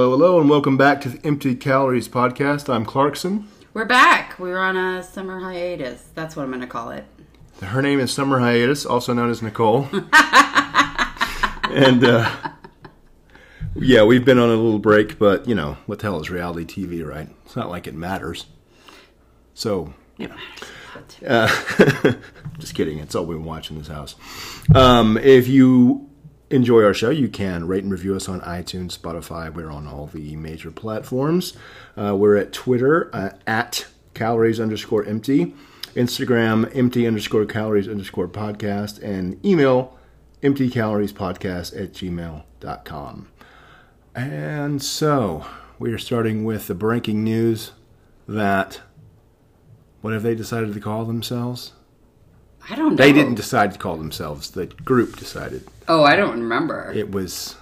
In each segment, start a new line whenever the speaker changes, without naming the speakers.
welcome back to the Empty Calories podcast. I'm Clarkson.
We're back. We were on a summer hiatus. That's what I'm going to call it.
Her name is Summer Hiatus, also known as Nicole. and uh, yeah, we've been on a little break, but you know what the hell is reality TV, right? It's not like it matters. So you know, uh, just kidding. It's all we watch in this house. Um, if you enjoy our show, you can rate and review us on iTunes, Spotify. We're on all the major platforms. Uh, we're at Twitter uh, at calories underscore empty, Instagram empty underscore calories underscore podcast, and email empty calories podcast at gmail.com. And so we are starting with the breaking news that what have they decided to call themselves?
I don't know.
They didn't decide to call themselves. The group decided.
Oh, I don't remember.
It was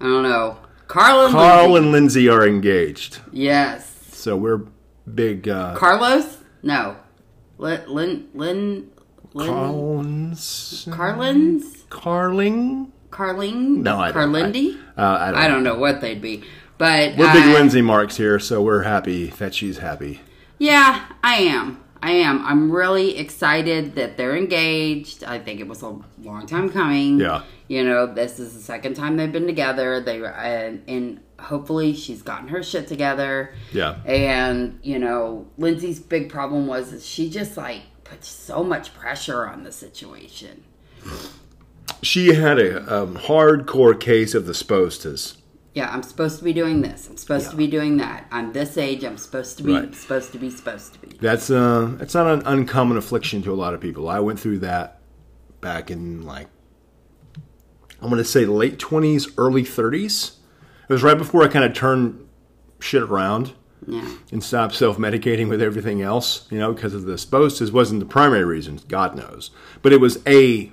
I don't know. Carlos.
Carl and Lindsay are engaged.
Yes.
So we're big uh
Carlos? No. Lin Lin Lin Lin
Carlins
Carlins?
Carling?
Carling?
No, I don't-
Carlindy?
Uh, I don't,
I don't know what they'd be. But
We're big
uh,
Lindsay marks here, so we're happy that she's happy.
Yeah, I am. I am. I'm really excited that they're engaged. I think it was a long time coming.
Yeah.
You know, this is the second time they've been together. They and, and hopefully she's gotten her shit together.
Yeah.
And you know, Lindsay's big problem was that she just like put so much pressure on the situation.
She had a um, hardcore case of the spostas.
Yeah, I'm supposed to be doing this. I'm supposed to be doing that. I'm this age. I'm supposed to be.
Right.
Supposed to be. Supposed to be.
That's uh, that's not an uncommon affliction to a lot of people. I went through that back in like I'm gonna say late twenties, early thirties. It was right before I kind of turned shit around
Yeah.
and stopped self-medicating with everything else, you know, because of the spostas wasn't the primary reason, God knows, but it was a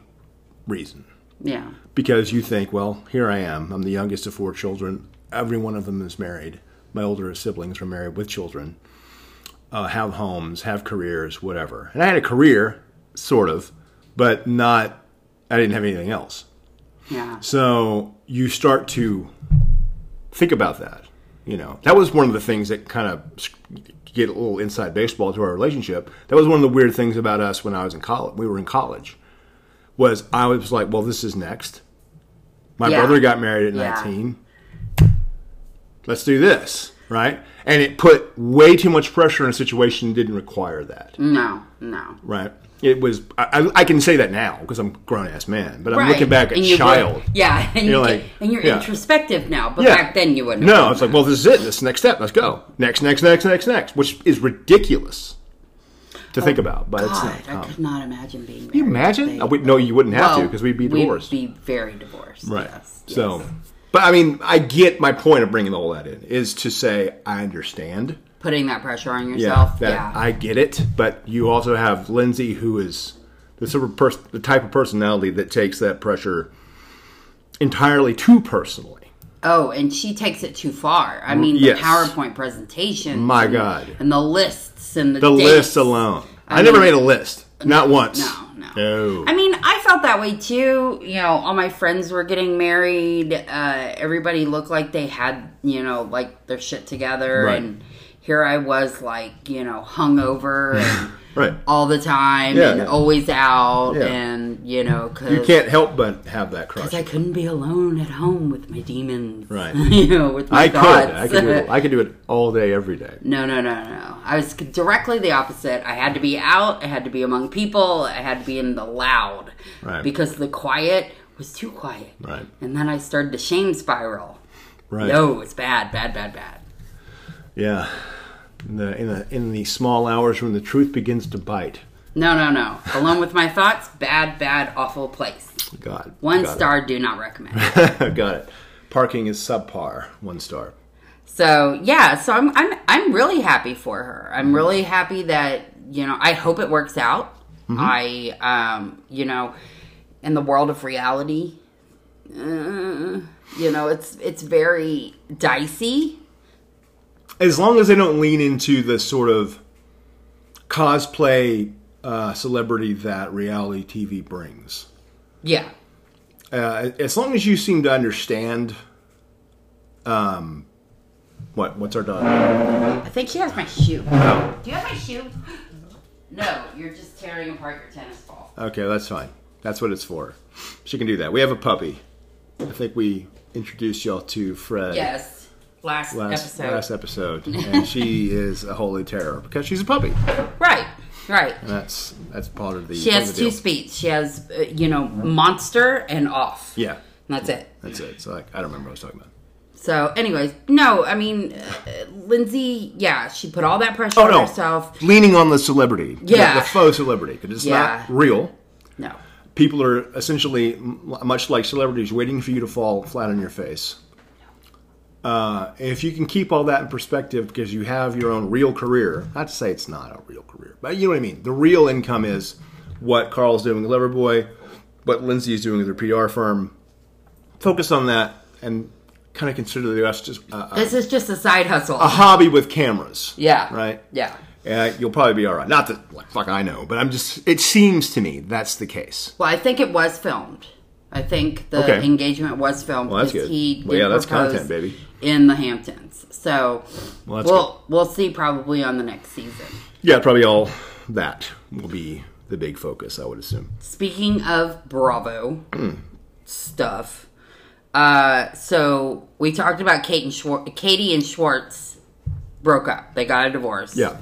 reason
Yeah.
because you think, well, here I am. I'm the youngest of four children. Every one of them is married. My older siblings were married with children, uh, have homes, have careers, whatever. And I had a career, sort of, but not, I didn't have anything else.
Yeah.
So you start to think about that. You know, that was one of the things that kind of get a little inside baseball to our relationship. That was one of the weird things about us when I was in college. We were in college. Was I was like, well, this is next. My
Yeah.
brother got married at
Yeah.
19. Let's do this, right? And it put way too much pressure on a situation that didn't require that,
No. No.
right? It was. I, I- I can say that now because I'm a grown ass man, but I'm
Right.
looking back at
And you
child.
would- yeah, and
You're
you're,
like,
like, and you're
yeah.
introspective now, but
Yeah.
back then you wouldn't. have
No,
done
it's like, well, this is it. This is the next step. Let's go. Next, next, next, next, next, which is ridiculous to think about, but it's
that.
not.
Oh, God, I
common.
could not imagine being.
Can you imagine? I would, no, you wouldn't have to because we'd be divorced.
We'd be very divorced.
right.
yes,
So,
yes.
but I mean, I get my point of bringing all that in is to say, I understand.
putting that pressure on
Yeah.
yourself.
That
Yeah.
I get it. But you also have Lindsay, who is the, sort of pers- the type of personality that takes that pressure entirely too personally.
oh, and she takes it too far. I mean,
yes.
the PowerPoint presentation.
My
and,
God.
And the lists and the
The
dates.
list alone. I, never made a list. Not once.
No, no.
No.
I mean, I felt that way too. You know, all my friends were getting married. Uh, everybody looked like they had, you know, like their shit together.
Right.
And here I was, like, you know, hungover and
Right.
all the time
Yeah,
and
yeah.
always out.
Yeah.
And, you know, because.
You can't help but have that crush.
I couldn't be alone at home with my demons.
Right.
you know, with my
I could.
thoughts.
I could do it. I could do it all day, every day.
No, no, no, no. I was directly the opposite. I had to be out. I had to be among people. I had to be in the loud.
Right.
Because the quiet was too quiet.
Right.
And then I started to shame spiral.
Right.
No, it's bad, bad, bad, bad.
Yeah. In the, in the in the small hours when the truth begins to bite.
No, no, no. Alone with my thoughts, bad, bad, awful place.
God.
One
Got
star, do not recommend.
It. Got it. Parking is subpar. One star.
So yeah, so I'm I'm I'm really happy for her. I'm really happy that you know I hope it works out. I um you know in the world of reality, uh, you know it's it's very dicey.
As long as they don't lean into the sort of cosplay uh, celebrity that reality TV brings.
Yeah,
uh, as long as you seem to understand um, What? What's our dog?
I think she has my shoe.
Oh.
Do you have my shoe? No, you're just tearing apart your tennis ball.
Okay, that's fine. That's what it's for. She can do that. We have a puppy. I think we introduced y'all to Fred.
Yes. Last,
Last
episode.
last episode, and she is a holy terror because she's a puppy.
Right. Right.
And that's that's part of the.
She
part
has
of the deal.
two speeds. She has, uh, you know, monster and off.
Yeah,
And that's it.
that's it. So like, I don't remember what I was talking about.
So, anyways, no, I mean, uh, Lindsay, yeah, she put all that pressure
Oh
on
no,
herself.
leaning on the celebrity.
Yeah.
the, the faux celebrity because it's
Yeah.
not real.
No.
people are essentially m- much like celebrities waiting for you to fall flat on your face uh, if you can keep all that in perspective because you have your own real career not to say it's not a real career but you know what i mean the real income is what carl's doing with loverboy what lindsay is doing with her pr firm focus on that and kind of consider the rest just a, a-
This is just a side hustle.
a hobby with cameras
yeah.
Uh-huh. right
Yeah.
uh, you'll probably be all right not that like, fuck i know but i'm just it seems to me that's the case
Well, I think it was filmed. I think the
Okay.
engagement was filmed.
Well, that's
because
good.
He
Well,
did
yeah, that's
propose
content, baby.
In the Hamptons. So
Well, that's
we'll we'll see probably on the next season.
Yeah, probably all that will be the big focus, I would assume.
Speaking of Bravo
Hmm.
stuff, uh, so we talked about Kate and Schwar- Katie and Schwartz broke up. They got a divorce.
Yeah.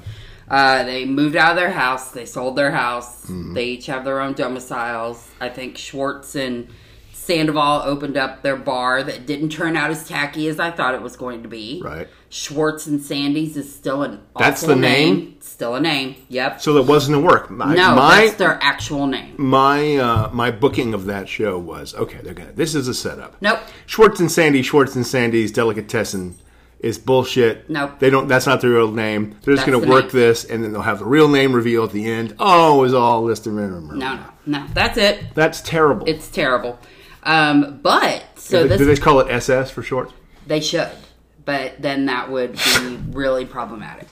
Uh, they moved out of their house. They sold their house.
Mm-hmm.
They each have their own domiciles. I think Schwartz and Sandoval opened up their bar that didn't turn out as tacky as I thought it was going to be.
Right.
Schwartz and Sandy's is still an
That's
awful
the name?
Still a name. Yep.
So that wasn't a work. My,
no,
my
that's their actual name.
my uh, my booking of that show was okay. They're gonna. This is a setup.
Nope.
Schwartz and Sandy, Schwartz and Sandy's delicatessen is bullshit.
Nope.
They don't. That's not their real name. They're just
That's
gonna
the
work
name.
this, and then they'll have the real name reveal at the end. Oh, it was all listed.
No, no, no. That's it.
That's terrible.
It's terrible. Um, but so
do, they-
this
do they call it SS for short?
they should, but then that would be really problematic.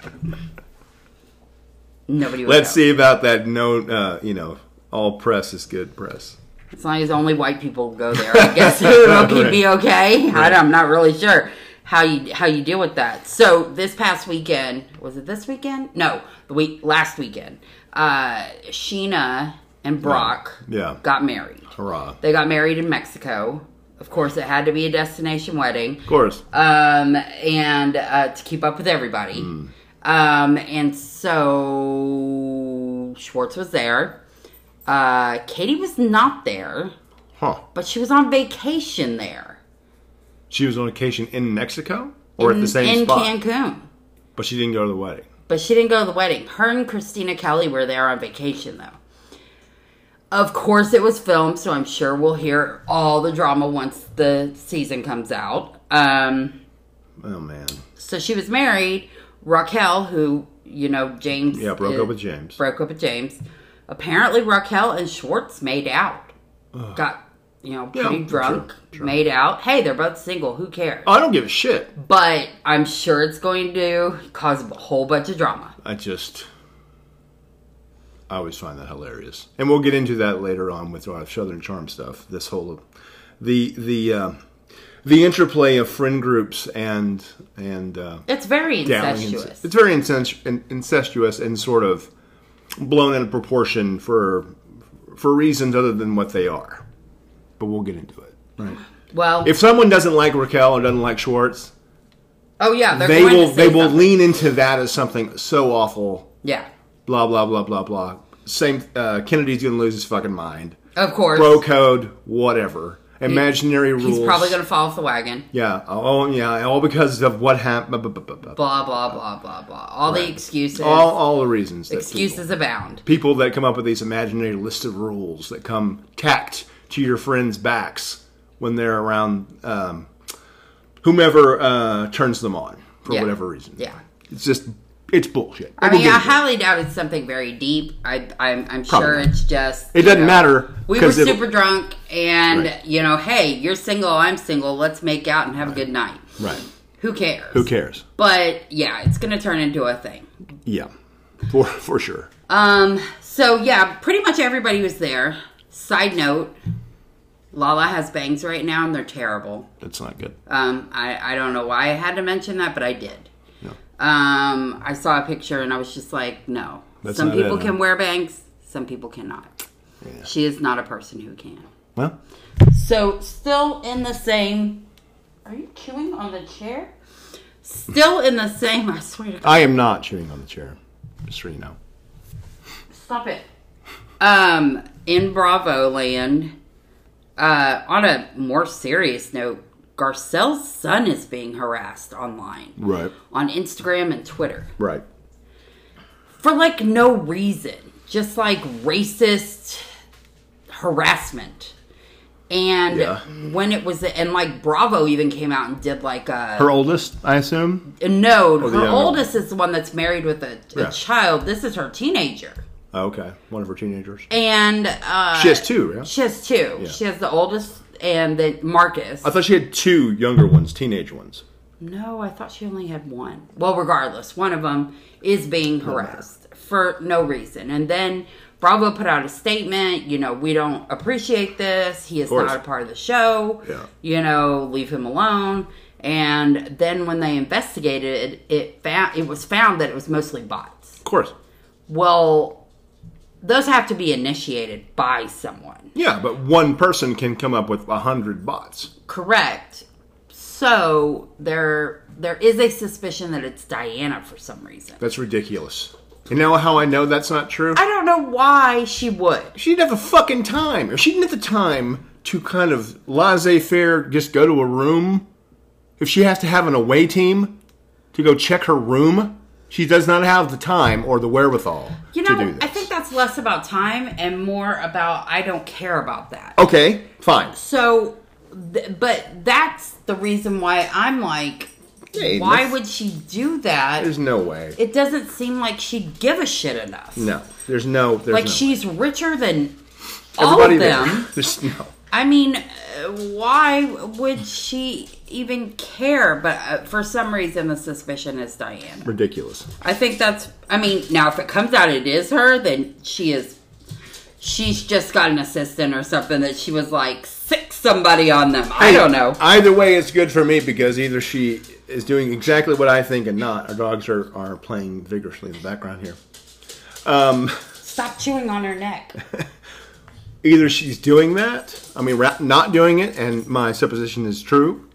Nobody. Would
Let's
know.
see about that. No, uh, you know, all press is good press.
As long as only white people go there, I guess it will be- be okay. I, am not really sure how you how you deal with that. So this past weekend was it this weekend? No, the week last weekend. Uh, Sheena and Brock
Yeah.
got married.
Hurrah!
They got married in Mexico. Of course, it had to be a destination wedding.
Of course.
um, and uh, to keep up with everybody.
Hmm.
Um, and so Schwartz was there. Uh, Katie was not there,
Huh.
but she was on vacation there
She was on vacation in Mexico or at the same
Mm-hmm. in
spot,
Cancun.
but she didn't go to the wedding.
But she didn't go to the wedding. Her and Christina Kelly were there on vacation, though. Of course, it was filmed, so I'm sure we'll hear all the drama once the season comes out. Um,
Oh man,
So she was married. Raquel, who you know James,
yeah, broke
is-
up with James.
broke up with James. Apparently, Raquel and Schwartz made out. Got you know
Yeah,
pretty
sure,
drunk,
sure.
made out. Hey, they're both single. Who cares?
oh, I don't give a shit.
But I'm sure it's going to cause a whole bunch of drama.
I just, I always find that hilarious, and we'll get into that later on with our Southern Charm stuff. This whole, the the uh, the interplay of friend groups and and uh,
It's very
dowling and-
incestuous.
It's very incest- in- incestuous and sort of blown out of proportion for for reasons other than what they are. But we'll get into it. Right.
well,
If someone doesn't like Raquel or doesn't like Schwartz,
oh yeah, they're
they
going
will
to say
they will
something.
lean into that as something so awful.
Yeah,
Blah blah blah blah blah. Same. Uh, Kennedy's gonna lose his fucking mind.
of course.
Bro code, whatever. Imaginary rules.
He's probably going to fall off the wagon.
Yeah. Oh yeah. All because of what happened.
Blah blah blah blah blah. All the excuses.
All all the reasons. that people-
excuses abound.
people that come up with these imaginary lists of rules that come tacked to your friends' backs when they're around um, whomever uh, turns them on for
Yeah.
whatever reason.
Yeah.
it's just it's bullshit.
I
We'll
mean,
get
I
into it.
highly doubt it's something very deep. I, I'm, I'm
Probably
sure
not.
it's just.
It
you
doesn't matter,
We were
'cause it'll-
super drunk, and
Right.
you know, hey, you're single, I'm single. Let's make out and have a good night.
right.
Who cares?
Who cares?
But yeah, it's gonna turn into a thing.
Yeah, for for sure.
Um. So yeah, pretty much everybody was there. Side note: Lala has bangs right now, and they're terrible.
That's not good.
Um, I I don't know why I had to mention that, but I did.
No.
Um, I saw a picture and I was just like, no.
That's
some
not it,
people
huh?
can wear bangs, some people cannot.
Yeah.
She is not a person who can.
Well,
So, still in the same. Are you chewing on the chair? Still in the same. I swear to God.
I am not chewing on the chair. Just so you know.
Stop it. Um, in Bravo land, uh, on a more serious note, Garcelle's son is being harassed online,
Right.
on Instagram and Twitter.
Right.
for like no reason, just like racist harassment. And
Yeah.
when it was, and like Bravo even came out and did like a
Her oldest, I assume.
no.
the
her
younger one.
oldest is the one that's married with a, a
Oh, Yeah.
child. This is her teenager,
Oh, okay, one of her teenagers.
and uh,
She has two. Yeah.
She has two.
Yeah.
She has the oldest and then Marcus.
I thought she had two younger ones, teenage ones.
No, I thought she only had one. Well, regardless, one of them is being harassed for no reason. And then Bravo put out a statement, you know, we don't appreciate this. He is
course.
not a part of the show.
Yeah.
You know, leave him alone. And then when they investigated, it, it found it was found that it was mostly bots.
Of course.
Well, those have to be initiated by someone.
Yeah, but one person can come up with a hundred bots.
Correct. So there there is a suspicion that it's Diana for some reason.
That's ridiculous. You know how I know that's not true?
I don't know why she would.
she didn't have the fucking time, or she didn't have the time to kind of laissez faire, just go to a room. If she has to have an away team to go check her room, she does not have the time or the wherewithal
You
to do
know,
this.
I think that's less about time and more about I don't care about that.
okay, fine.
So, th- but that's the reason why I'm like,
Hey,
why
that's-
would she do that?
There's no way.
It doesn't seem like she'd give a shit enough.
No, there's no. There's
Like
no.
she's richer than all of
there-
them.
There's no.
I mean, uh, why would she even care? But uh, for some reason, the suspicion is Diane.
Ridiculous.
I think that's. I mean, now if it comes out it is her, then she is. She's just got an assistant or something that she was like sick somebody on them. I don't know.
Either way, it's good for me because either she is doing exactly what I think and not. Our dogs are, are playing vigorously in the background here.
Stop chewing on her neck.
Either she's doing that, I mean, ra- not doing it, and my supposition is true.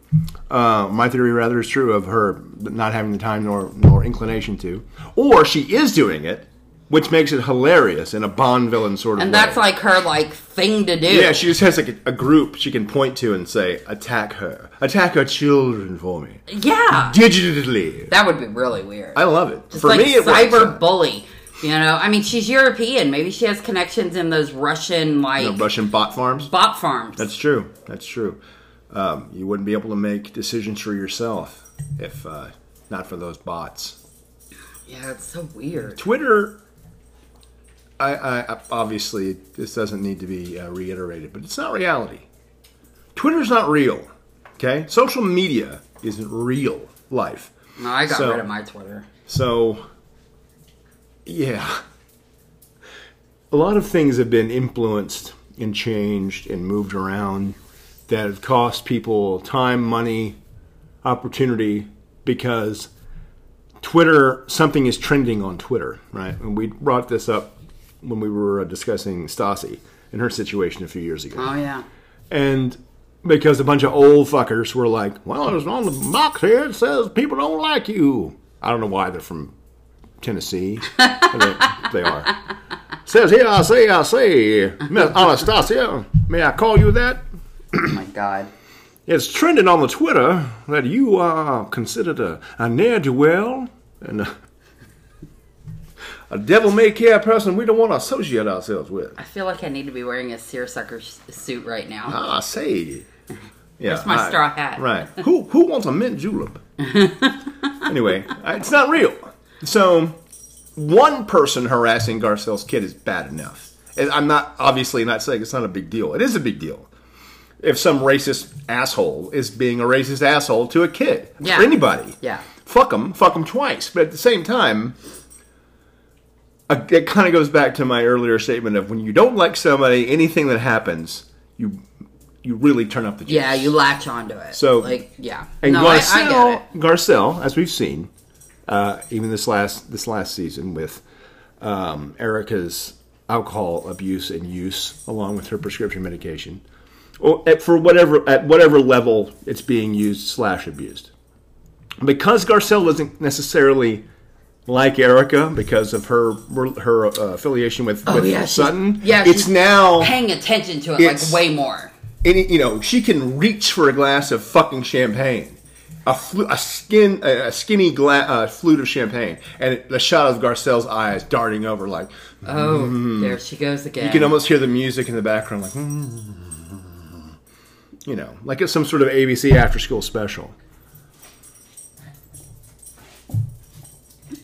Uh, my theory, rather, is true of her not having the time nor, nor inclination to. Or she is doing it, which makes it hilarious in a Bond villain sort of
And
way.
that's like her like thing to do.
Yeah, she just has like a, a group she can point to and say, "Attack her! Attack her children for me,
yeah.
digitally."
That would be really weird.
I love it.
Just
for
like
me, it works
cyber
out.
bully. You know, I mean, she's European. Maybe she has connections in those Russian like
You know, Russian bot farms.
bot farms.
That's true. That's true. Um, you wouldn't be able to make decisions for yourself if uh, not for those bots.
yeah, it's so weird.
Twitter. I, I obviously this doesn't need to be uh, reiterated, but it's not reality. Twitter's not real. Okay, social media isn't real life.
No, I got
So-
rid of my Twitter.
So, yeah. A lot of things have been influenced and changed and moved around that have cost people time, money, opportunity because Twitter, something is trending on Twitter, right? And we brought this up when we were uh, discussing Stasi and her situation a few years ago
Oh yeah.
and because a bunch of old fuckers were like, "Well, it's on the box here. It says people don't like you." I don't know why they're from Tennessee. I mean, they are. Says here, I say, I say, Miss Anastasia, may I call you that?
Oh my god.
It's trending on the Twitter that you are considered a, a ne'er do well and a, a devil may care person we don't want to associate ourselves with.
I feel like I need to be wearing a seersucker s- suit right now.
Ah, I say. Yeah,
Where's my
I-
straw hat?
Right. Who who wants a mint julep? anyway, I- it's not real. So one person harassing Garcelle's kid is bad enough. And I'm not obviously not saying it's not a big deal. It is a big deal. If some racist asshole is being a racist asshole to a kid
Yeah.
or anybody,
Yeah.
fuck them, fuck them twice. But at the same time, uh, it kind of goes back to my earlier statement of when you don't like somebody, anything that happens, you you really turn up the juice.
Yeah, you latch onto it.
So-
like, yeah,
And
no, I, I
Garcelle,
get it.
Garcelle, as we've seen, uh, even this last this last season with um, Erica's alcohol abuse and use, along with her prescription medication, or at, for whatever at whatever level it's being used slash abused, because Garcelle doesn't necessarily like Erica because of her her uh, affiliation with, with
Oh, yeah, she's-
Sutton.
yeah,
it's
she's-
now
Paying attention to it
It's-
like way more.
any you know she can reach for a glass of fucking champagne a, flu- a skin a a skinny gla- uh, flute of champagne and the shot of garcelle's eyes darting over like you
Oh, there she goes again.
Mm-hmm. can almost hear the music in the background like you know like it's some sort of abc after school special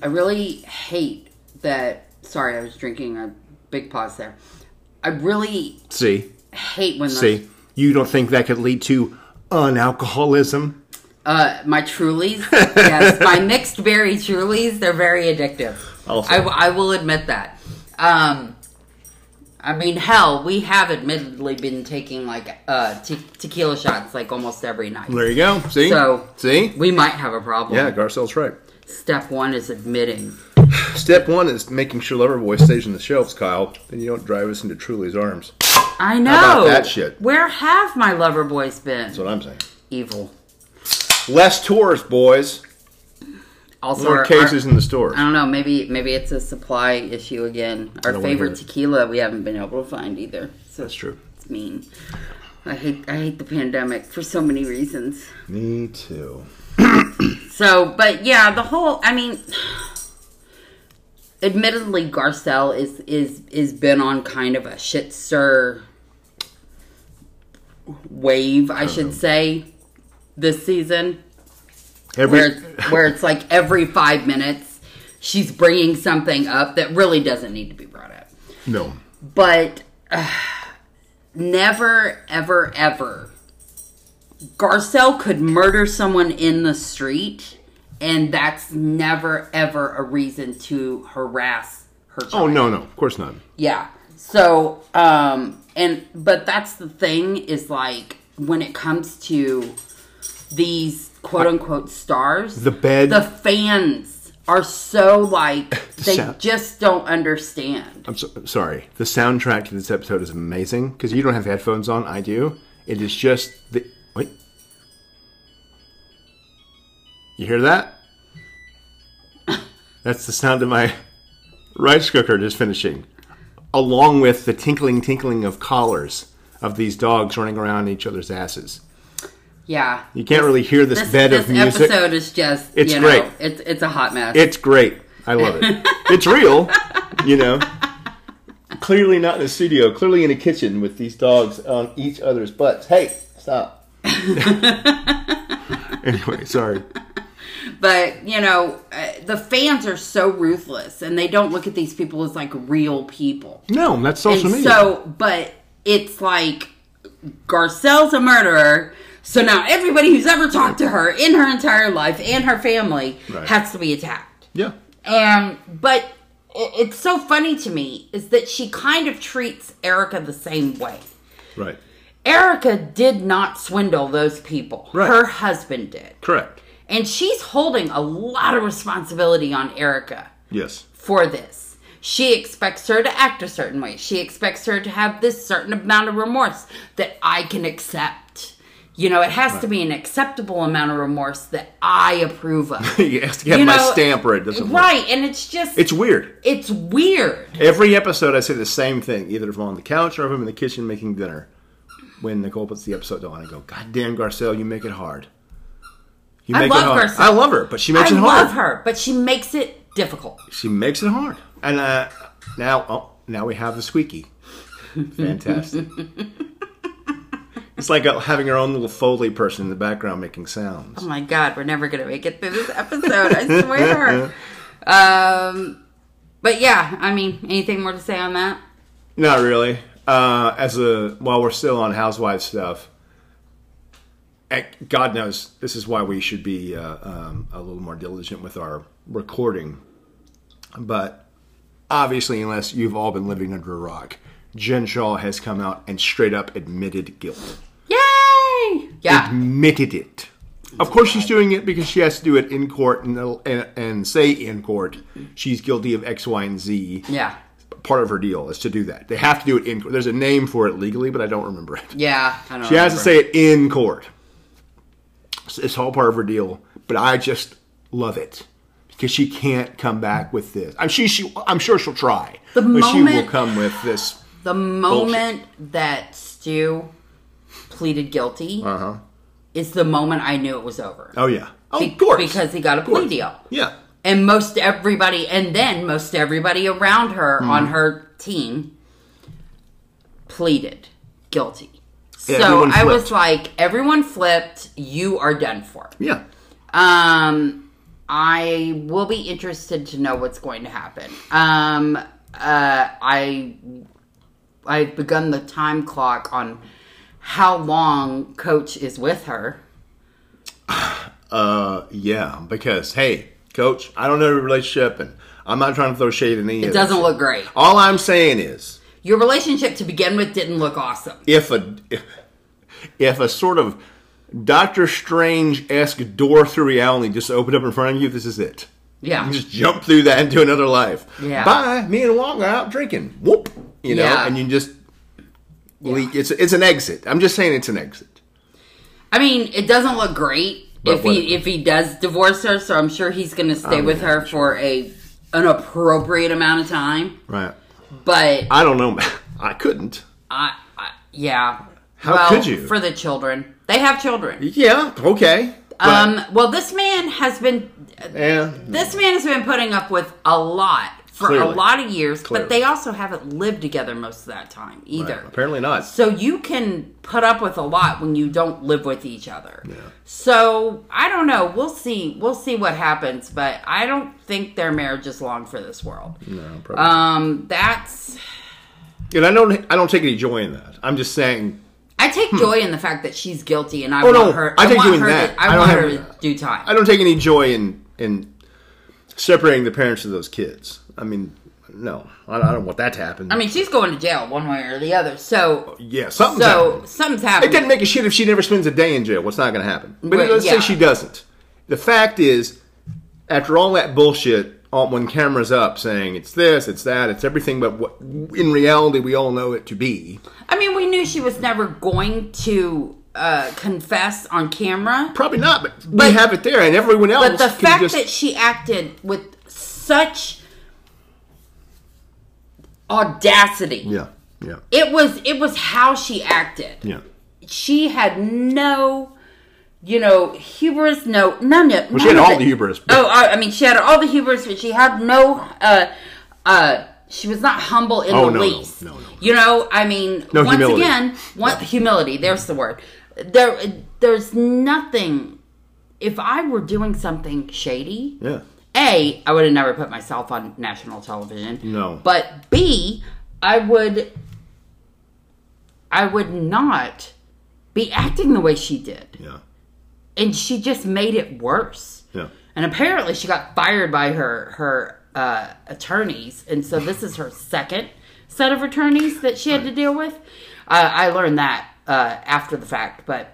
I really hate that. Sorry, I was drinking a big pause there. I really
see
hate when the,
see you don't think that could lead to unalcoholism
Uh, my Trulies, yes, my mixed berry Trulies, they're very addictive.
Also.
I, w- I will admit that. Um, I mean, hell, we have admittedly been taking like uh, te- tequila shots like almost every night.
there you go see
So-
see
We might have a problem.
yeah garcelle's right
Step one is admitting.
step one is making sure loverboy stays in the shelves kyle then you don't drive us into truly's arms
I know
about that shit?
Where have my lover boys been?
That's what I'm saying.
Evil.
Less tours, boys.
Also,
More
our-
cases
our-
in the stores.
I don't know. Maybe maybe it's a supply issue again. Our
don't wanna hear
favorite
it.
tequila we haven't been able to find either. So
That's true.
It's mean. I hate I hate the pandemic for so many reasons.
Me too.
So, but yeah, the whole I mean admittedly Garcelle is is is been on kind of a shit stir wave, I should say, this season
Every,
where it's, where it's like every 5 minutes she's bringing something up that really doesn't need to be brought up.
no.
but uh, never, ever, ever. Garcelle could murder someone in the street, and that's never, ever a reason to harass her. Child.
Oh no, no. Of course not.
Yeah. So, um, and but that's the thing is like when it comes to these quote unquote stars,
The bed-
the fans are so like they
Sa-
just don't understand.
I'm, so, I'm sorry. The soundtrack to this episode is amazing because you don't have headphones on. I do. It is just the wait. You hear that? That's the sound of my rice cooker just finishing, along with the tinkling, tinkling of collars of these dogs running around each other's asses.
Yeah.
You can't really hear this, bed
this
of music.
episode is just
It's
you know,
great.
It's it's a hot mess.
It's great. I love it. it's real, you know. Clearly not in a studio. Clearly in a kitchen with these dogs on each other's butts. Hey, stop. anyway, sorry.
but you know, uh, the fans are so ruthless, and they don't look at these people as like real people.
No, that's social
And
media.
so, but it's like Garcelle's a murderer. So now everybody who's ever talked to her in her entire life and her family
Right.
has to be attacked.
yeah,
Um, but it- it's so funny to me is that she kind of treats Erica the same way.
right,
Erica did not swindle those people.
Right.
Her husband did.
correct.
And she's holding a lot of responsibility on Erica
Yes,
for this. She expects her to act a certain way. She expects her to have this certain amount of remorse that I can accept. You know, it has to be an acceptable amount of remorse that I approve of.
you have to have
You
my
know,
stamp or it doesn't work.
Right, and it's just
It's weird.
it's weird.
Every episode, I say the same thing, either if I'm on the couch or if I'm in the kitchen making dinner. When Nicole puts the episode on, I go, God damn, Garcelle, you make it hard. You
I
make
love
it hard.
Garcelle.
I love her, but she
I
makes it hard.
love her, but she makes it difficult.
She makes it hard. And uh, now, oh, now we have the squeaky. Fantastic. it's like uh, having our own little Foley person in the background making sounds.
Oh my god, we're never gonna make it through this episode. I swear. um, but yeah, I mean, anything more to say on that?
Not really. Uh, as a while we're still on housewife stuff, eh, God knows this is why we should be uh, um, a little more diligent with our recording. But obviously, unless you've all been living under a rock, Jen Shaw has come out and straight up admitted guilt.
Yeah, Yeah.
admitted it. Of course, she's doing it because she has to do it in court and, and and say in court she's guilty of X, Y, and Z.
Yeah.
Part of her deal is to do that. They have to do it in court. There's a name for it legally, but I don't remember it.
Yeah. I don't
She has to say
remember.
it in court. It's, it's all part of her deal, but I just love it because she can't come back with this. I'm she, she I'm sure she'll try,
The
but she will
moment-
come with this.
The moment that Stu pleaded guilty is the moment I knew it was over.
Uh-huh. Oh yeah, oh
Be-
of course,
Because he got a plea deal.
yeah,
And most everybody, and then most everybody around her
Hmm.
on her team pleaded guilty.
Yeah,
so
everyone
I was
flipped.
like, everyone flipped. You are done for.
yeah.
Um, I will be interested to know what's going to happen. Um, uh, I I've begun the time clock on how long Coach is with her.
Uh, yeah, because hey, coach, I don't know your relationship, and I'm not trying to throw shade in any.
It doesn't look great.
All I'm saying is,
Your relationship to begin with didn't look awesome.
if a if a sort of Doctor Strange esque door through reality just opened up in front of you, this is it.
Yeah.
You just jump through that into another life.
Yeah.
Bye. Me and Wong are out drinking. Whoop. You know,
Yeah.
and you just le- it's it's an exit. I'm just saying it's an exit.
I mean, it doesn't look great
But Um,
if he
whatever.
if he does divorce her. So I'm sure he's going to stay with her for a an appropriate amount of time.
Right.
But I,
I don't know. I couldn't.
I, yeah.
How
well,
could you?
For the children, they have children.
Yeah. Okay. But,
um. Well, this man has been
Yeah.
this man has been putting up with a lot for
Clearly.
a lot of years,
Clearly.
but they also haven't lived together most of that time either.
Apparently not.
So you can put up with a lot when you don't live with each other. So I don't know. We'll see. We'll see what happens. But I don't think their marriage is long for this world.
No, probably. not.
Um, that's.
and I don't. I don't take any joy in that. I'm just saying.
I take joy in the fact that she's guilty, and I
Hmm. Oh,
want
no,
her.
I take
want
joy in
her
that.
To, I,
I don't
want
have-
her to do time.
I don't take any joy in in separating the parents of those kids. I mean, no, I, I don't want that to happen.
I mean, she's going to jail one way or the other. So
yeah, something's
so
happening.
something's
It
happening.
doesn't make a shit if she never spends a day in jail. What's not going to happen? But
Right,
let's
yeah.
say she doesn't. The fact is, after all that bullshit, all, when cameras up saying it's this, it's that, it's everything, but what in reality we all know it to be.
I mean, we knew she was never going to uh, confess on camera.
Probably not, but, we
But-
have it there, and everyone else.
But the
can
fact
just,
that she acted with such audacity.
yeah, yeah,
It was it was how she acted.
yeah.
She had no you know, hubris, no, none of Well,
she had all the hubris, but-
Oh, I, I mean, she had all the hubris, but she had no, uh, uh, she was not humble in
Oh,
the
no, no,
least.
no, no.
You know, I mean,
No
once
humility.
again, one, humility, there's the word. There, There's nothing, if I were doing something shady,
Yeah.
A, I would have never put myself on national television.
No.
But B, I would I would not be acting the way she did.
Yeah.
And she just made it worse.
Yeah.
And apparently she got fired by her her uh, attorneys, and so this is her second set of attorneys that she had to deal with. Uh, I learned that uh, after the fact, but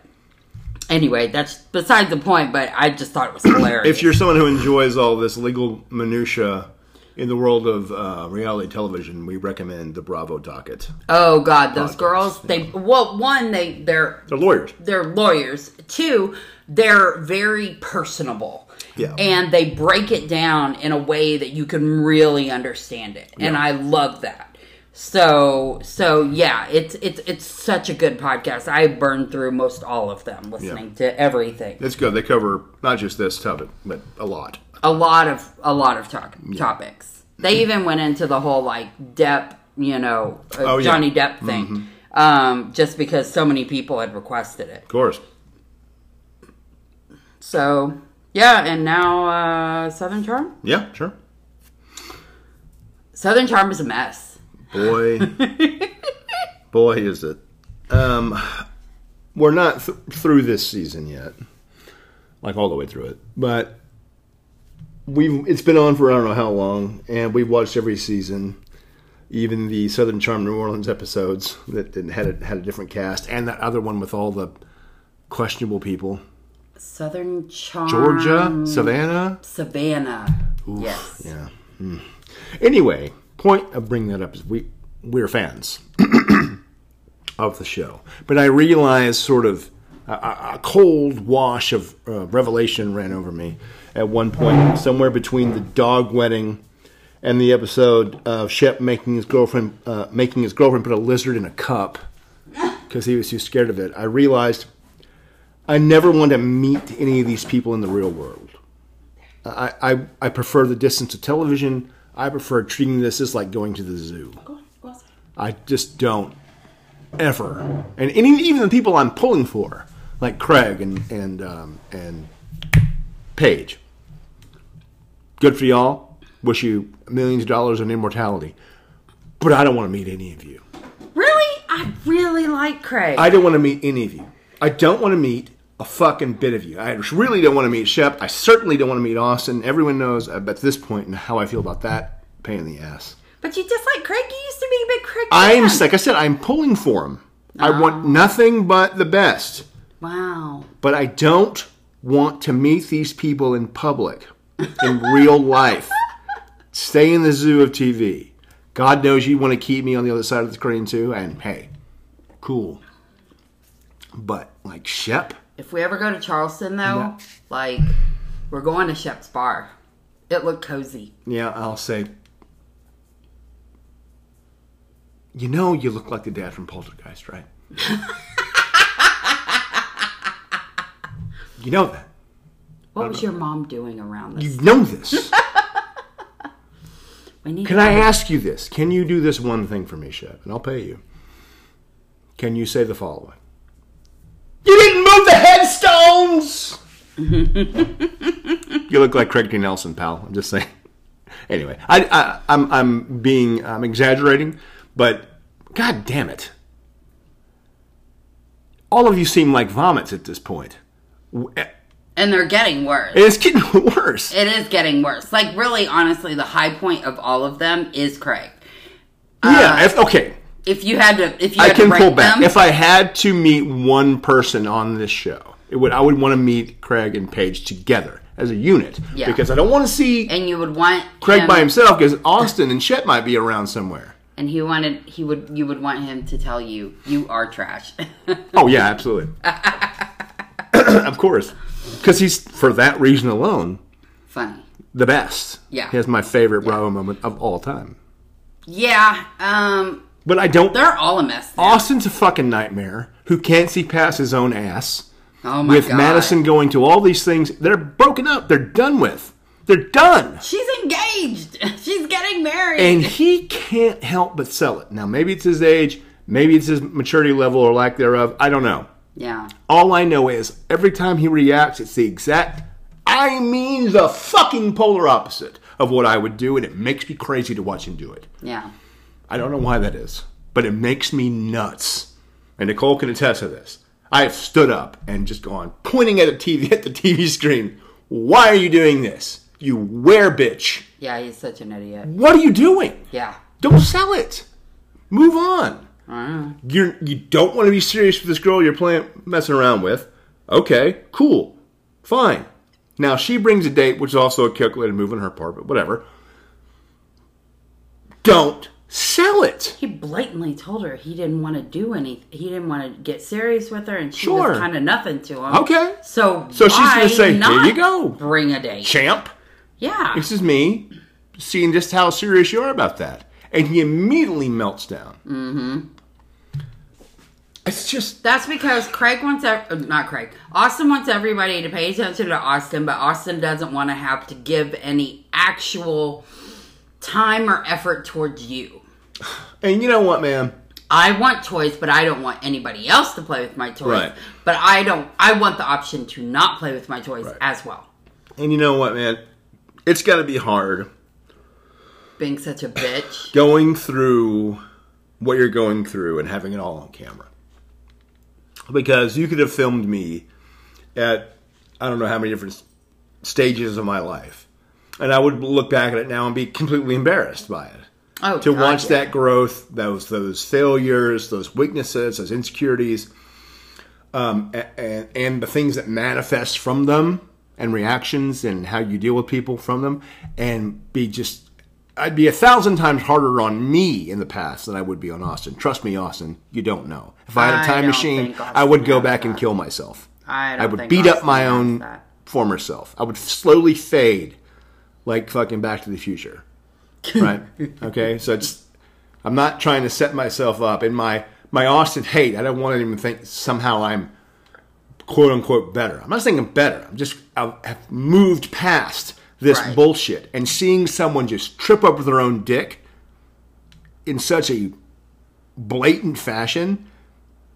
anyway, that's besides the point. But I just thought it was hilarious.
If you're someone who enjoys all this legal minutia in the world of uh, reality television, we recommend the Bravo docket.
Oh God, those girls. They well, one they they're
They're lawyers.
they're lawyers. Two, they're very personable.
Yeah.
And they break it down in a way that you can really understand it. And I love that. So so yeah, it's it's it's such a good podcast. I burned through most all of them listening to everything.
It's good. They cover not just this topic, but a lot.
A lot of a lot of talk, topics. They even went into the whole like Depp, you know, uh,
Oh, yeah.
Johnny Depp thing. Um, just because so many people had requested it.
Of course.
So yeah, and now uh, Southern Charm.
Yeah, sure.
Southern Charm is a mess.
Boy, boy, is it. Um, we're not th- through this season yet, like all the way through it, but we've it's been on for I don't know how long, and we've watched every season, even the Southern Charm New Orleans episodes that, that had a, had a different cast, and that other one with all the questionable people.
Southern Charm.
Georgia, Savannah.
Savannah.
Oof,
yes.
Yeah. Mm. Anyway, point of bringing that up is we we're fans of the show, but I realized sort of a- a, a cold wash of uh, revelation ran over me at one point, somewhere between the dog wedding and the episode of Shep making his girlfriend uh, making his girlfriend put a lizard in a cup because he was too scared of it. I realized I never want to meet any of these people in the real world. I, I, I prefer the distance of television. I prefer treating this as like going to the zoo. I just don't ever, and, and even the people I'm pulling for, like Craig and and um, and Paige. Good for y'all. Wish you millions of dollars in immortality, but I don't want to meet any of you.
Really? I really like Craig.
I don't want to meet any of you. I don't want to meet a fucking bit of you. I really don't want to meet Shep. I certainly don't want to meet Austin. Everyone knows uh, at this point and how I feel about that pain in the ass.
but you just like Craig. You used to be a big Craig
I'm
fan.
like I said, I'm pulling for him. I want nothing but the best.
Wow.
But I don't want to meet these people in public, in real life. Stay in the zoo of TV. God knows you want to keep me on the other side of the screen too, and hey, cool. But like Shep,
If we ever go to Charleston, though,
No.
like we're going to Shep's Bar. It looked cozy.
Yeah, I'll say. You know, you look like the dad from Poltergeist, right? you know that.
What was your mom doing around this?
You know this.
we need.
Can I ask you this? Can you do this one thing for me, Chef? And I'll pay you. Can you say the following? You didn't move the headstones! you look like Craig D. Nelson, pal. I'm just saying. Anyway, I, I, I'm, I'm being, I'm exaggerating, but god damn it. All of you seem like vomits at this point. W- eh,
and they're getting worse.
It's getting worse.
it is getting worse. Like really, honestly, the high point of all of them is Craig.
yeah, if, okay.
If you had to, if you
I
had
can
to rank
pull back.
them,
If I had to meet one person on this show, it would I would want to meet Craig and Paige together as a unit
Yeah.
because I don't want to see
and you would want
Craig
him,
by himself because Austin and Chet might be around somewhere.
and he wanted he would you would want him to tell you you are trash.
Oh yeah, absolutely. of course, because he's for that reason alone
Funny.
the best.
Yeah.
he has my favorite Bravo moment of all time.
Yeah. Um.
But I don't.
They're all a mess. now.
Austin's a fucking nightmare who can't see past his own ass.
Oh my
with
god.
Madison going to all these things, they're broken up. They're done with. They're done.
She's engaged. She's getting married.
And he can't help but sell it. Now, maybe it's his age, maybe it's his maturity level or lack thereof. I don't know.
yeah.
All I know is every time he reacts, it's the exact, I mean, the fucking polar opposite of what I would do, and it makes me crazy to watch him do it.
Yeah.
I don't know why that is, but it makes me nuts. And Nicole can attest to this. I've stood up and just gone pointing at the TV at the TV screen. Why are you doing this? You wear bitch.
Yeah. He's such an idiot.
What are you doing?
Yeah.
Don't sell it. Move on. You're- you don't want to be serious with this girl you're playing messing around with. Okay, cool, fine. Now she brings a date, which is also a calculated move on her part, but whatever. Don't sell it.
He blatantly told her he didn't want to do any. He didn't want to get serious with her, and she
Sure.
was kind of nothing to him.
Okay.
So
So she's gonna
why
say, "Here
not
you go."
Bring a date.
Champ,
Yeah.
this is me seeing just how serious you are about that. And he immediately melts down. Mm-hmm. It's just
That's because Craig wants ev- uh, not Craig. Austin wants everybody to pay attention to Austin, but Austin doesn't want to have to give any actual time or effort towards you.
and you know what, man?
I want toys, but I don't want anybody else to play with my toys.
Right.
But I don't. I want the option to not play with my toys
Right.
as well.
And you know what, man? It's gotta be hard
Being such a bitch.
going through what you're going through and having it all on camera. Because you could have filmed me at I don't know how many different stages of my life. And I would look back at it now and be completely embarrassed by it.
Oh,
to
God,
watch
yeah.
that growth, those those failures, those weaknesses, those insecurities, um, and, and the things that manifest from them and reactions and how you deal with people from them and be just I'd be a thousand times harder on me in the past than I would be on Austin. Trust me, Austin, you don't know. If I had
I
a time
don't
machine,
think Austin
I would go
has
back and
that.
kill myself.
I don't
I would
think
beat up
Austin
my
has
own
that.
former self. I would slowly fade, like fucking Back to the Future. Right? okay. So just, I'm not trying to set myself up in my my Austin hate. I don't want to even think somehow I'm quote unquote better. I'm not saying I'm better. I'm just I have moved past this
Right.
bullshit and seeing someone just trip over their own dick in such a blatant fashion,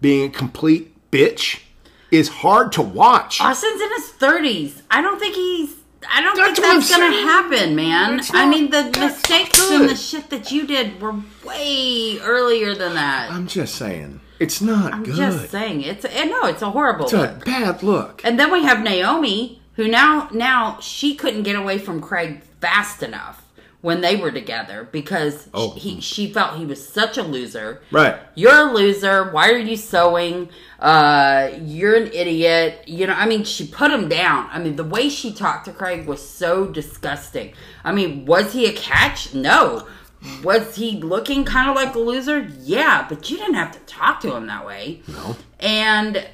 being a complete bitch, is hard to watch.
Austin's in his thirties. I don't think he's. I don't
That's
think
what I'm
that's gonna
saying.
happen, man.
That's
I
not-
mean, the
that's
mistakes
not
and the
good.
shit that you did were way earlier than that. I'm
I'm just saying, it's not good.
just saying, it's and no, it's a horrible.
it's a
look.
bad look.
And then we have Naomi, who now now she couldn't get away from Craig fast enough when they were together because
Oh.
he she felt he was such a loser.
Right.
You're a loser. Why are you sewing? Uh, you're an idiot. You know, I mean, she put him down. I mean, the way she talked to Craig was so disgusting. I mean, was he a catch? No. Was he looking kind of like a loser? Yeah, but you didn't have to talk to him that way.
No.
And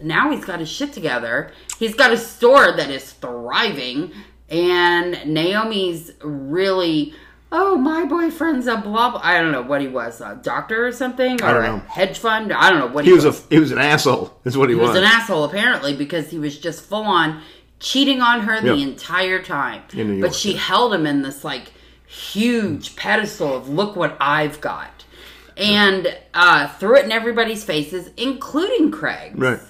now he's got his shit together. He's got a store that is thriving. And Naomi's really, oh, my boyfriend's a blah, blah. I don't know what he was, a doctor or something? Or
don't
a
know.
hedge fund? I don't know what
He was a he was an asshole. Is what he,
he was an asshole, apparently, because he was just full on cheating on her the
Yeah.
entire time.
In New
but
York,
she held him in this like huge pedestal of look what I've got. And uh, threw it in everybody's faces, including Craig's.
Right.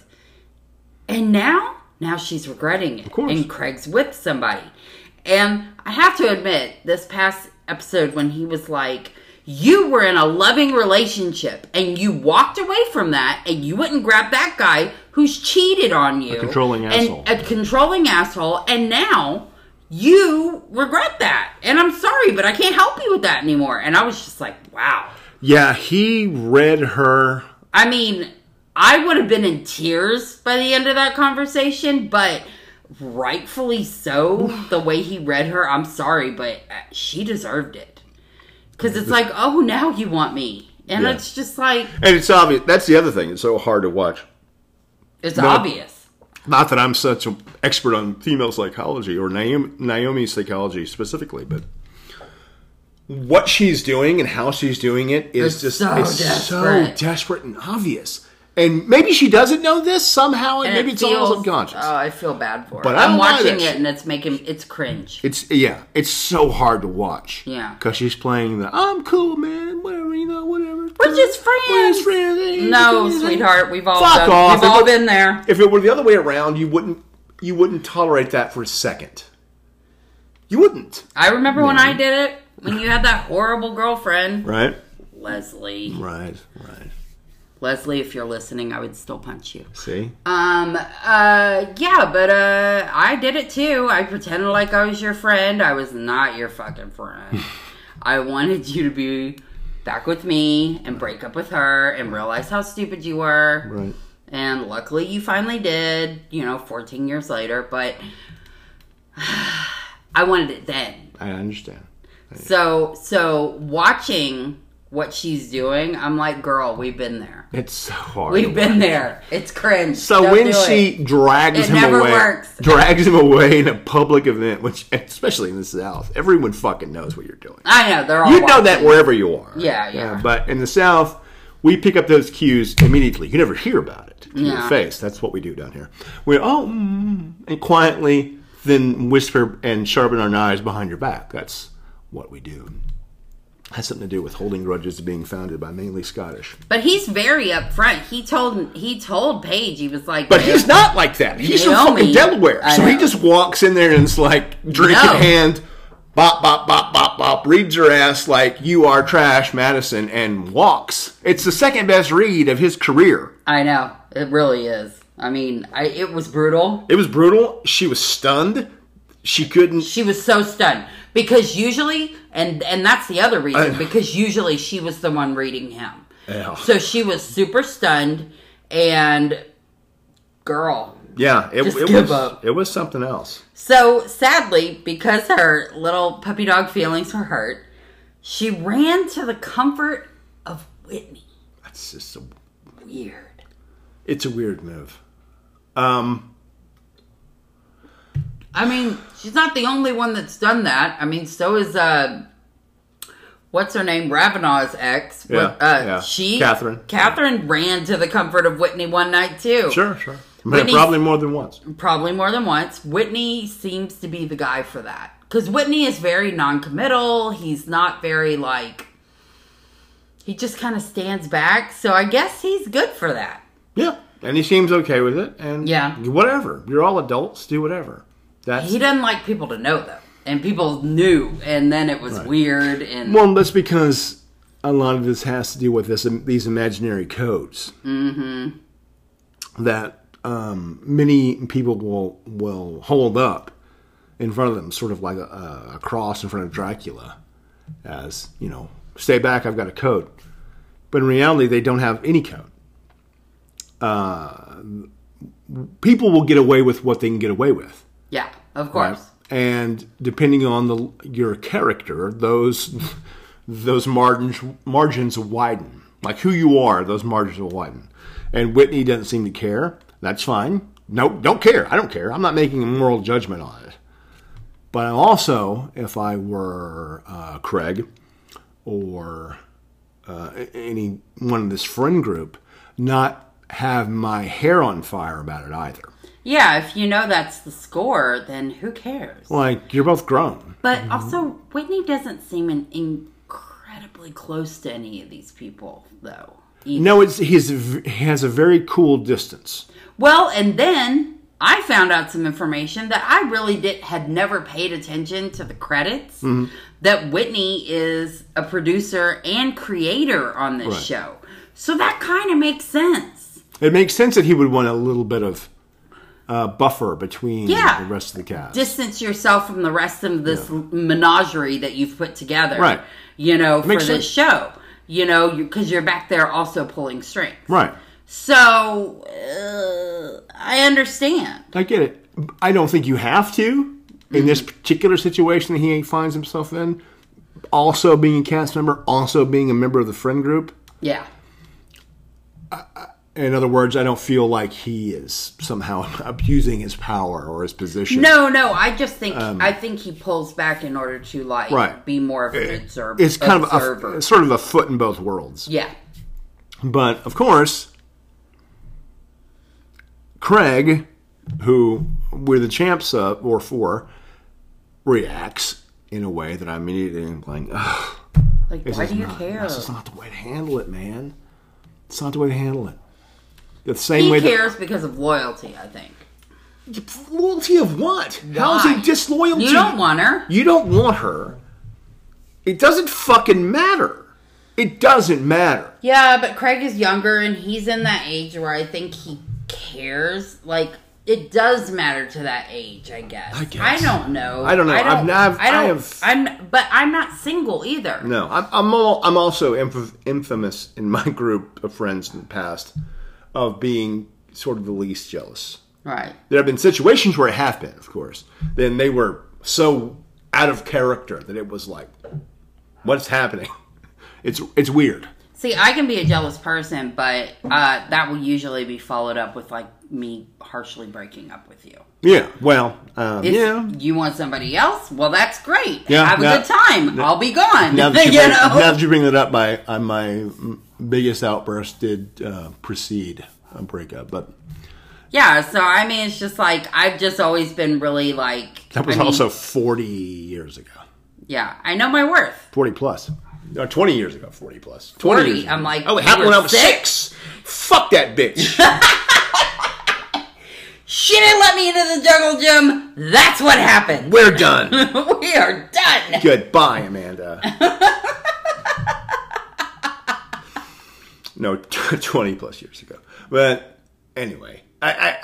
And now, now she's regretting it. Of
course.
And Craig's with somebody. And I have to admit, this past episode when he was like, you were in a loving relationship and you walked away from that and you wouldn't grab that guy who's cheated on you. A
controlling asshole.
And a controlling asshole. And now you regret that. And I'm sorry, but I can't help you with that anymore. And I was just like, wow.
Yeah, he read her.
I mean, I would have been in tears by the end of that conversation, but rightfully so. the way he read her, I'm sorry, but uh, she deserved it. Because it's like, oh, now you want me. And
Yeah.
it's just like,
And it's obvious. That's the other thing. It's so hard to watch.
it's
No.
obvious.
Not that I'm such an expert on female psychology or Naomi, Naomi's psychology specifically, but what she's doing and how she's doing it is
It's
just
so
it's
desperate.
so desperate and obvious. And maybe she doesn't know this somehow, and,
And
maybe
it
it's all
feels-
subconscious.
Oh, I feel bad for her.
But I
I'm
don't like
watching
that
it and it's making, it's cringe.
It's yeah, it's so hard to watch.
Yeah.
because she's playing the I'm cool, man. Whatever you know, whatever.
We're just
We're
friends.
just friends. eh,
no,
eh, eh.
sweetheart, we've all,
Fuck
done,
off.
We've all
If it-
been there.
If it were the other way around, you wouldn't you wouldn't tolerate that for a second. You wouldn't,
I remember when I did it, when you had that horrible girlfriend,
right?
Leslie.
Right, right.
Leslie, if you're listening, I would still punch you.
See,
Um, uh, yeah, but, uh, I did it too. I pretended like I was your friend. I was not your fucking friend. I wanted you to be back with me and break up with her and realize how stupid you were.
right.
And luckily you finally did, you know, 14 years later, but I wanted it then.
I understand.
So, so watching what she's doing, I'm like, girl, we've been there.
It's so hard. to
We've been there. It's cringe.
So
Don't
when
do
she
it.
drags
It
him
never
away,
works.
drags him away in a public event, which especially in the South, everyone fucking knows what you're doing.
I know they're all
You know that
watching.
wherever you are.
Yeah, yeah.
But in the South, we pick up those cues immediately. You never hear about it in
Yeah.
your face. That's what we do down here. We oh, mm, and quietly then whisper and sharpen our knives behind your back. That's what we do. Has something to do with holding grudges being founded by mainly Scottish.
But he's very upfront. He told he told Paige he was like,
But he's not like that. He's from
Naomi.
fucking Delaware.
I
So he
know.
just walks in there and it's like drink
No.
in hand, bop, bop, bop, bop, bop, reads your ass like you are trash, Madison, and walks. It's the second best read of his career.
I know it really is. I mean, I, it was brutal.
It was brutal. She was stunned. She couldn't.
She was so stunned because usually, and and that's the other reason
I-
because usually she was the one reading him.
Yeah.
So she was super stunned and girl.
Yeah, it,
Just
it
give
was
up.
it was something else.
So sadly, because her little puppy dog feelings were hurt, she ran to the comfort of Whitney.
That's just a,
Weird.
it's a weird move. Um,
I mean, she's not the only one that's done that. I mean, so is uh, what's her name, Ravenaw's ex.
Yeah,
What- uh,
yeah.
She,
Catherine.
Catherine ran to the comfort of Whitney one night too.
sure, sure. But
Whitney-
probably more than once.
probably more than once. Whitney seems to be the guy for that because Whitney is very non-committal. He's not very like he just kind of stands back. So I guess he's good for that.
Yeah, and he seems okay with it. And
Yeah.
whatever. You're all adults. Do whatever. That's
He doesn't like people to know though, and people knew, and then it was weird. And
Well, that's because a lot of this has to do with this these imaginary codes that um, many people will will hold up in front of them, sort of like a, a cross in front of Dracula, as you know, stay back, I've got a code. But in reality, they don't have any code. Uh, people will get away with what they can get away with.
yeah, of course.
And depending on the your character, those those margins margins widen. Like who you are, those margins will widen. And Whitney doesn't seem to care. That's fine. No, don't care. I don't care. I'm not making a moral judgment on it. But I'm also, if I were uh, Craig or uh, a- any one of this friend group, not have my hair on fire about it either.
Yeah, if you know that's the score, then who cares?
Like you're both grown.
But also, Whitney doesn't seem in- incredibly close to any of these people though. either.
No, it's he's v- he has a very cool distance.
Well, and then I found out some information that I really did had never paid attention to the credits.
Mm-hmm.
That Whitney is a producer and creator on this
Right.
show, so that kind of makes sense.
It makes sense that he would want a little bit of uh, buffer between
Yeah.
the rest of the cast.
Distance yourself from the rest of this menagerie that you've put together,
Right.
You know, for
makes
this show, you know, because you're back there also pulling strings,
right,
So uh, I understand.
I get it. I don't think you have to in this particular situation that he finds himself in. Also being a cast member, also being a member of the friend group.
Yeah.
In other words, I don't feel like he is somehow abusing his power or his position.
No, no. I just think I think he pulls back in order to like
um, Right. Eh,
be more of an observer.
it's kind
observer.
of a, sort of a foot in both worlds.
yeah,
But of course, Craig, who we're the champs of or for, reacts in a way that I immediately am like, "Ugh,
like why do you care?
this is not the way to handle it, man. It's not the way to handle it. The same
He
way that-
cares because of loyalty. I think
loyalty of what? How is
Why?
he disloyal?
you
to
don't want her.
You don't want her. It doesn't fucking matter. It doesn't matter.
Yeah, but Craig is younger and he's in that age where I think he cares. Like it does matter to that age, I guess. I
guess.
I don't know.
I don't know.
I
I've
don't.
nav-
I
I
don't
have-
I'm, but I'm not single either.
No, I'm I'm, all, I'm also inf- infamous in my group of friends in the past of being sort of the least jealous.
Right.
There have been situations where I have been, of course. Then they were so out of character that it was like, what's happening? It's it's weird.
See, I can be a jealous person, but uh, that will usually be followed up with like me harshly breaking up with you.
Yeah. Well. Um,
If
yeah.
you want somebody else, well, that's great.
Yeah,
Have a
now-
good time. I'll be gone.
Now that,
you
you bring,
know?
now that you bring that up, my uh, my biggest outburst did uh, precede a breakup, but
yeah. So I mean, it's just like I've just always been really like
that was
I mean,
also forty years ago.
yeah. I know my worth.
40 plus. Or 20 years ago, 40 plus. 20
40,
years ago.
I'm like,
oh, it
you
happened
were
when I was
six?
six? Fuck that bitch.
She didn't let me into the jungle gym. That's what happened.
We're done.
we are done.
Goodbye, Amanda. no, t- 20 plus years ago. But anyway, I,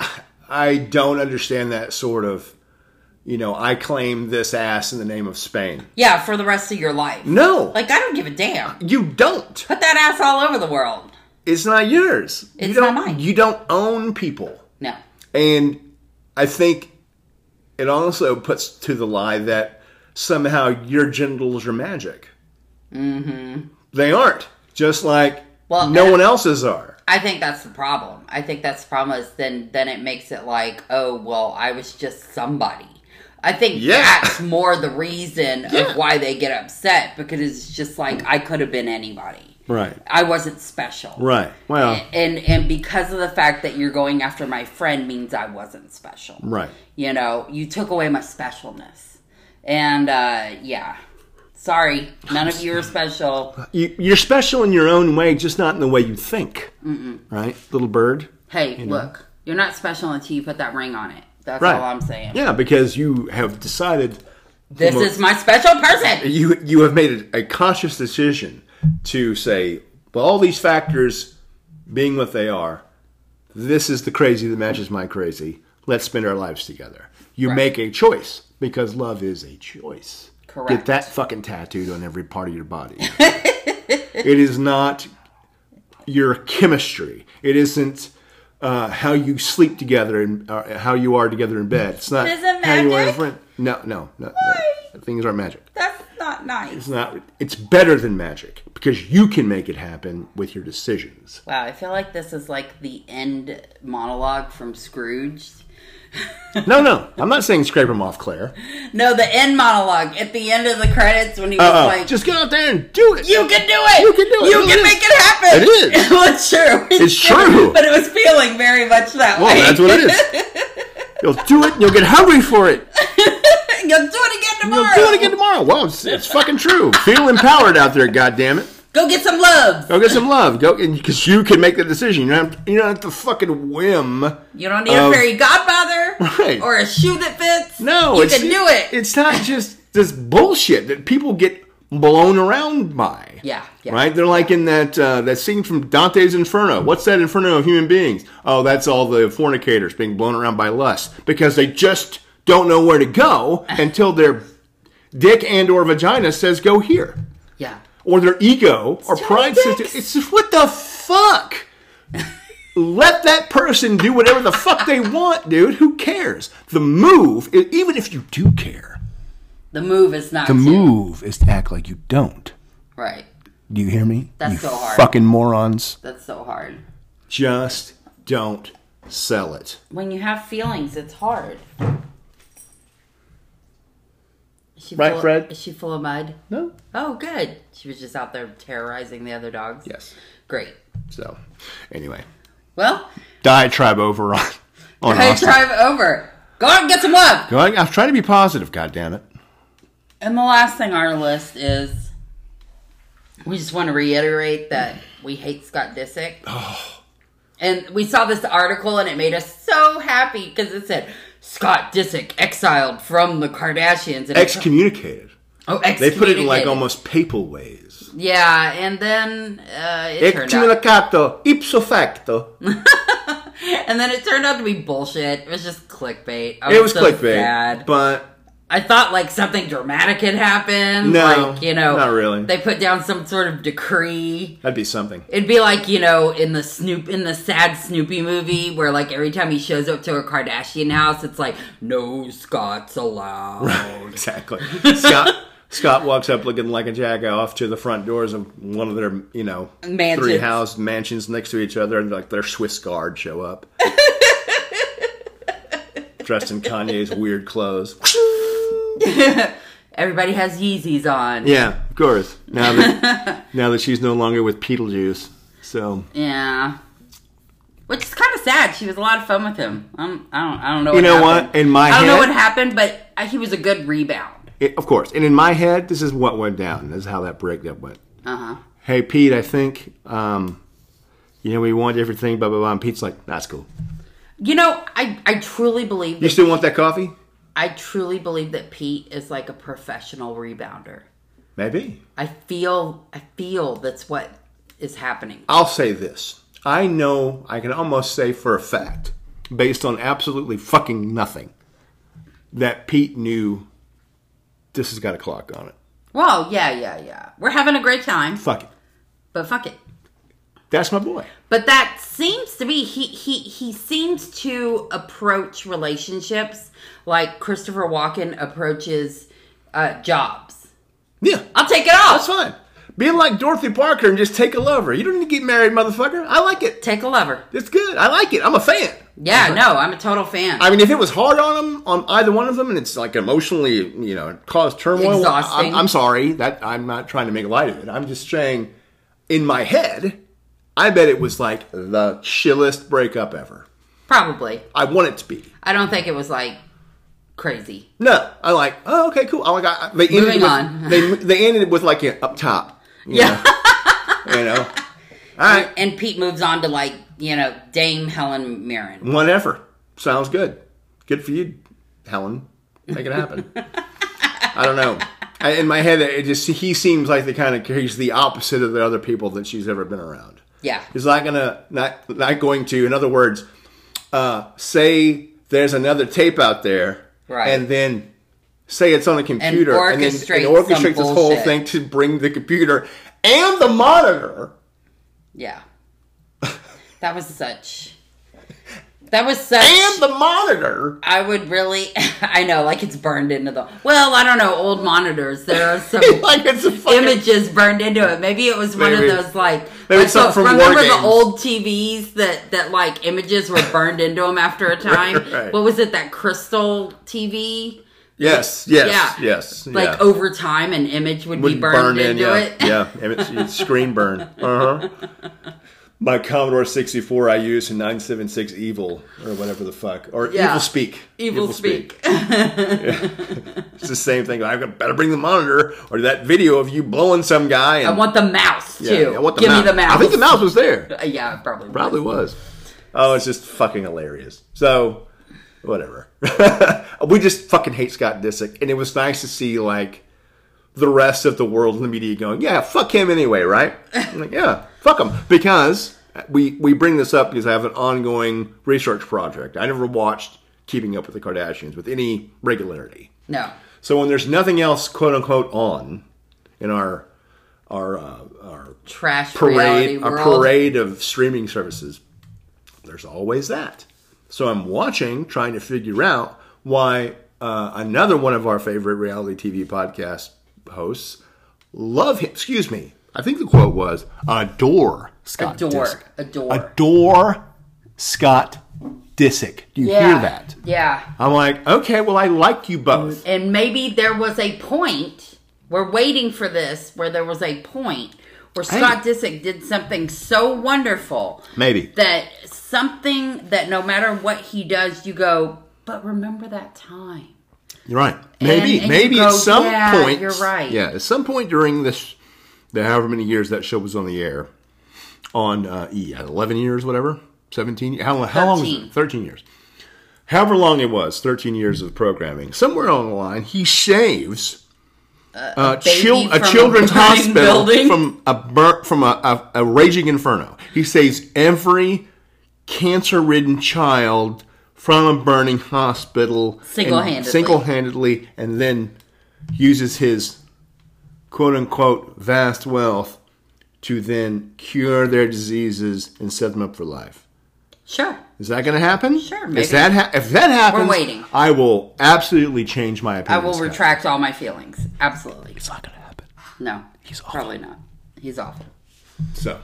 I, I don't understand that sort of, you know, I claim this ass in the name of Spain.
Yeah, for the rest of your life.
No,
Like I don't give a damn.
you don't.
Put that ass all over the world.
It's not yours. you
It's
don't,
not mine.
You don't own people.
No.
And I think it also puts to the lie that somehow your genitals are magic. Mm-hmm. They aren't. Just like
Well,
no
and-
one else's are.
I think that's the problem. I think that's the problem is then then it makes it like, oh well, I was just somebody. I think
Yeah.
that's more the reason
Yeah.
of why they get upset because it's just like I could have been anybody.
Right.
I wasn't special.
Right. Well.
And and because of the fact that you're going after my friend means I wasn't special.
Right.
You know, you took away my specialness. And uh yeah. Sorry, none of you are special.
You, you're special in your own way, just not in the way you think. Right, little bird.
Hey, look, you're not special until you put that ring on it. That's
Right.
all I'm saying.
Yeah, because you have decided
This is my special person.
you you have made a, a conscious decision to say, well, all these factors being what they are, this is the crazy that matches my crazy. Let's spend our lives together. You
Right.
make a choice because love is a choice. Get
Correct.
that fucking tattooed on every part of your body. it is not your chemistry. It isn't uh, how you sleep together and uh, how you are together in bed. It's not
Is it
how you are in
magic?
friend. No, no, no. no. Things aren't magic
That's not nice.
it's not it's better than magic because you can make it happen with your decisions
Wow, I feel like this is like the end monologue from Scrooge.
no no i'm not saying scrape them off claire
No, the end monologue at the end of the credits when he was
Uh,
like,
just get out there and do it
"You can do it.
You can do it.
You
It
can
is.
make it happen."
It is.
well, it's true.
It's true.
But it was feeling very much that
well
way.
Oh, that's what it is you'll do it and you'll get hungry for it
You'll do it again
you'll
tomorrow.
do it again tomorrow well it's, it's fucking true feel empowered out there goddamn it
Go get some love.
go get some love go because you can make the decision you don't have, you don't have to fucking whim
You don't need
Of-
a fairy godfather
Um, Right.
or a shoe that fits.
No,
you can do it.
It's not just this bullshit that people get blown around by.
Yeah, yeah.
Right? They're like in that uh, that scene from Dante's Inferno. What's that Inferno of human beings? Oh, that's all the fornicators being blown around by lust because they just don't know where to go until their dick and or vagina says go here,
yeah.
or their ego or
Stop
pride
dicks.
says to- it's just what the fuck. Let that person do whatever the fuck they want, dude. Who cares? The move, i- even if you do care,
The move is not
the
to-
move is to act like you don't.
Right.
Do you hear me?
That's
you
so hard.
Fucking morons.
That's so hard.
Just don't sell it.
When you have feelings, it's hard. Is she
Right,
full,
Fred?
Is she full of mud?
No?
Oh, good. She was just out there terrorizing the other dogs.
Yes.
Great.
So, anyway,
Well,
diatribe over on. on
I
Austin.
drive over. Go out and get some love.
Go on, I'm trying to be positive. God damn it.
And the last thing on our list is we just want to reiterate that we hate Scott Disick. And we saw this article and it made us so happy because it said Scott Disick exiled from the Kardashians. And it's-
Excommunicated.
oh,
They put it in like um,
excommunicated.
almost papal ways.
Yeah, and then uh, it turned out,
Excommunicato ipso facto.
and then it turned out to be bullshit. It was just clickbait. I
It was
so
clickbait,
sad.
but
I thought like something dramatic had happened.
No,
like, you know,
not really.
They put down some sort of decree.
that'd be something.
It'd be like you know in the Snoop in the sad Snoopy movie where like every time he shows up to a Kardashian house, it's like no Scots allowed.
Exactly. Scott Scott walks up looking like a jack off to the front doors of one of their, you know,
Mansions.
three house mansions next to each other, and like their Swiss guard show up, dressed in Kanye's weird clothes.
Everybody has Yeezys on.
Yeah, of course. Now that now that she's no longer with Beetlejuice, so
Yeah. Which is kind of sad. She was a lot of fun with him. I'm, I don't. I don't know.
You
what
know what?
happened.
In my
I don't know
head-
what happened, but uh, he was a good rebound.
it, of course. And in my head, this is what went down. This is how that breakup went.
Uh huh.
Hey Pete, I think um, you know we want everything, blah blah blah. And Pete's like, that's cool.
You know, I I truly believe
You
that,
still want that coffee?
I truly believe that Pete is like a professional rebounder.
Maybe.
I feel I feel that's what is happening.
I'll say this. I know, I can almost say for a fact, based on absolutely fucking nothing, that Pete knew this has got a clock on it.
Well, yeah, yeah, yeah. We're having a great time,
Fuck it.
but fuck it.
That's my boy.
But that seems to be he he he seems to approach relationships like Christopher Walken approaches uh, jobs.
Yeah,
I'll take it off.
that's fine. Being like Dorothy Parker and just take a lover. You don't need to get married, motherfucker. I like it.
Take a lover.
It's good. I like it. I'm a fan.
Yeah, no, I'm a total fan.
I mean, if it was hard on them, on either one of them, and it's like emotionally, you know, caused turmoil.
Exhausting.
I'm, I'm sorry that I'm not trying to make light of it. I'm just saying, in my head, I bet it was like the chillest breakup ever.
Probably.
I want it to be.
I don't think it was like crazy.
No, I like. Oh, okay, cool. I like. I, they ended
Moving
with,
on.
they they ended with like yeah, up top. You
Yeah.
Know, you know. All right.
And Pete moves on to like, you know, Dame Helen Mirren.
Whatever. Sounds good. Good for you, Helen. Make it happen. I don't know. I, in my head, it just he seems like the kind of he's the opposite of the other people that she's ever been around.
Yeah.
He's not gonna not not going to. In other words, uh, say there's another tape out there,
Right.
And then say it's on a computer, then and
orchestrate
orchestrate
some
this whole
bullshit.
thing to bring the computer and the monitor.
Yeah. that was such. That was such.
And the monitor.
I would really. I know, like it's burned into the. Well, I don't know, old monitors. There are some.
like it's a fucking
Images burned into it. Maybe it was one
Maybe.
of those like,
Maybe
like,
something from War
remember the
Games.
old TVs that that like images were burned into them after a time.
Right.
What was it? That crystal TV.
Yes, yes,
Yeah.
yes. yeah.
Like over time, an image would, be
Would
burned into
yeah,
it.
yeah. And it's, it's screen burn. Uh huh. My Commodore 64 I used in 976 Evil or whatever the fuck. Or
Yeah.
Evil Speak.
Evil, speak.
It's the same thing. I better bring the monitor or that video of you blowing some guy. And,
I want the mouse too.
yeah, I want the
Give
mouse.
me the mouse.
I think the mouse was there.
Uh, yeah, probably.
Probably was. Oh, it's just fucking hilarious. So, whatever. we just fucking hate Scott Disick. And it was nice to see, like, the rest of the world and the media going, yeah, fuck him anyway, right? I'm like, yeah, fuck him. Because we, we bring this up because I have an ongoing research project. I never watched Keeping Up with the Kardashians with any regularity.
No.
So when there's nothing else, quote unquote, on in our our uh, our
Trash reality
parade our
world.
parade of streaming services, there's always that. So I'm watching, trying to figure out why uh, another one of our favorite reality TV podcast hosts love him. Excuse me. I think the quote was adore Scott
Adore.
Disick.
Adore.
Adore Scott Disick. Do you
Yeah.
hear that?
Yeah.
I'm like, okay, well, I like you both.
And maybe there was a point. We're waiting for this where there was a point where Scott Disick did something so wonderful
Maybe.
that something that no matter what he does, you go, but remember that time.
You're right. Maybe,
and you
maybe
go,
at some
"Yeah,
point,
you're right."
Yeah, at some point during this, the however many years that show was on the air, on uh, E, eleven years, whatever, seventeen. How, how long? Was
Thirteen.
it? Thirteen years. However long it was, thirteen years of programming. Somewhere along the line, he shaves uh,
baby
chil- a
from a
children's
burning
hospital
building.
from a bur- from a, a, a raging inferno. He saves every cancer-ridden child from a burning hospital
Single-handedly.
single handedly, and then uses his quote unquote vast wealth to then cure their diseases and set them up for life.
Sure.
Is that going to happen?
Sure, maybe.
Is that ha- if that happens,
waiting.
I will absolutely change my
I
opinion.
will
Scott.
retract all my feelings. Absolutely.
It's not going to happen.
No.
He's awful.
Probably not. He's awful.
So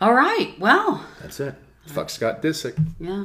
All right. Well,
that's it. Fuck Scott Disick.
yeah.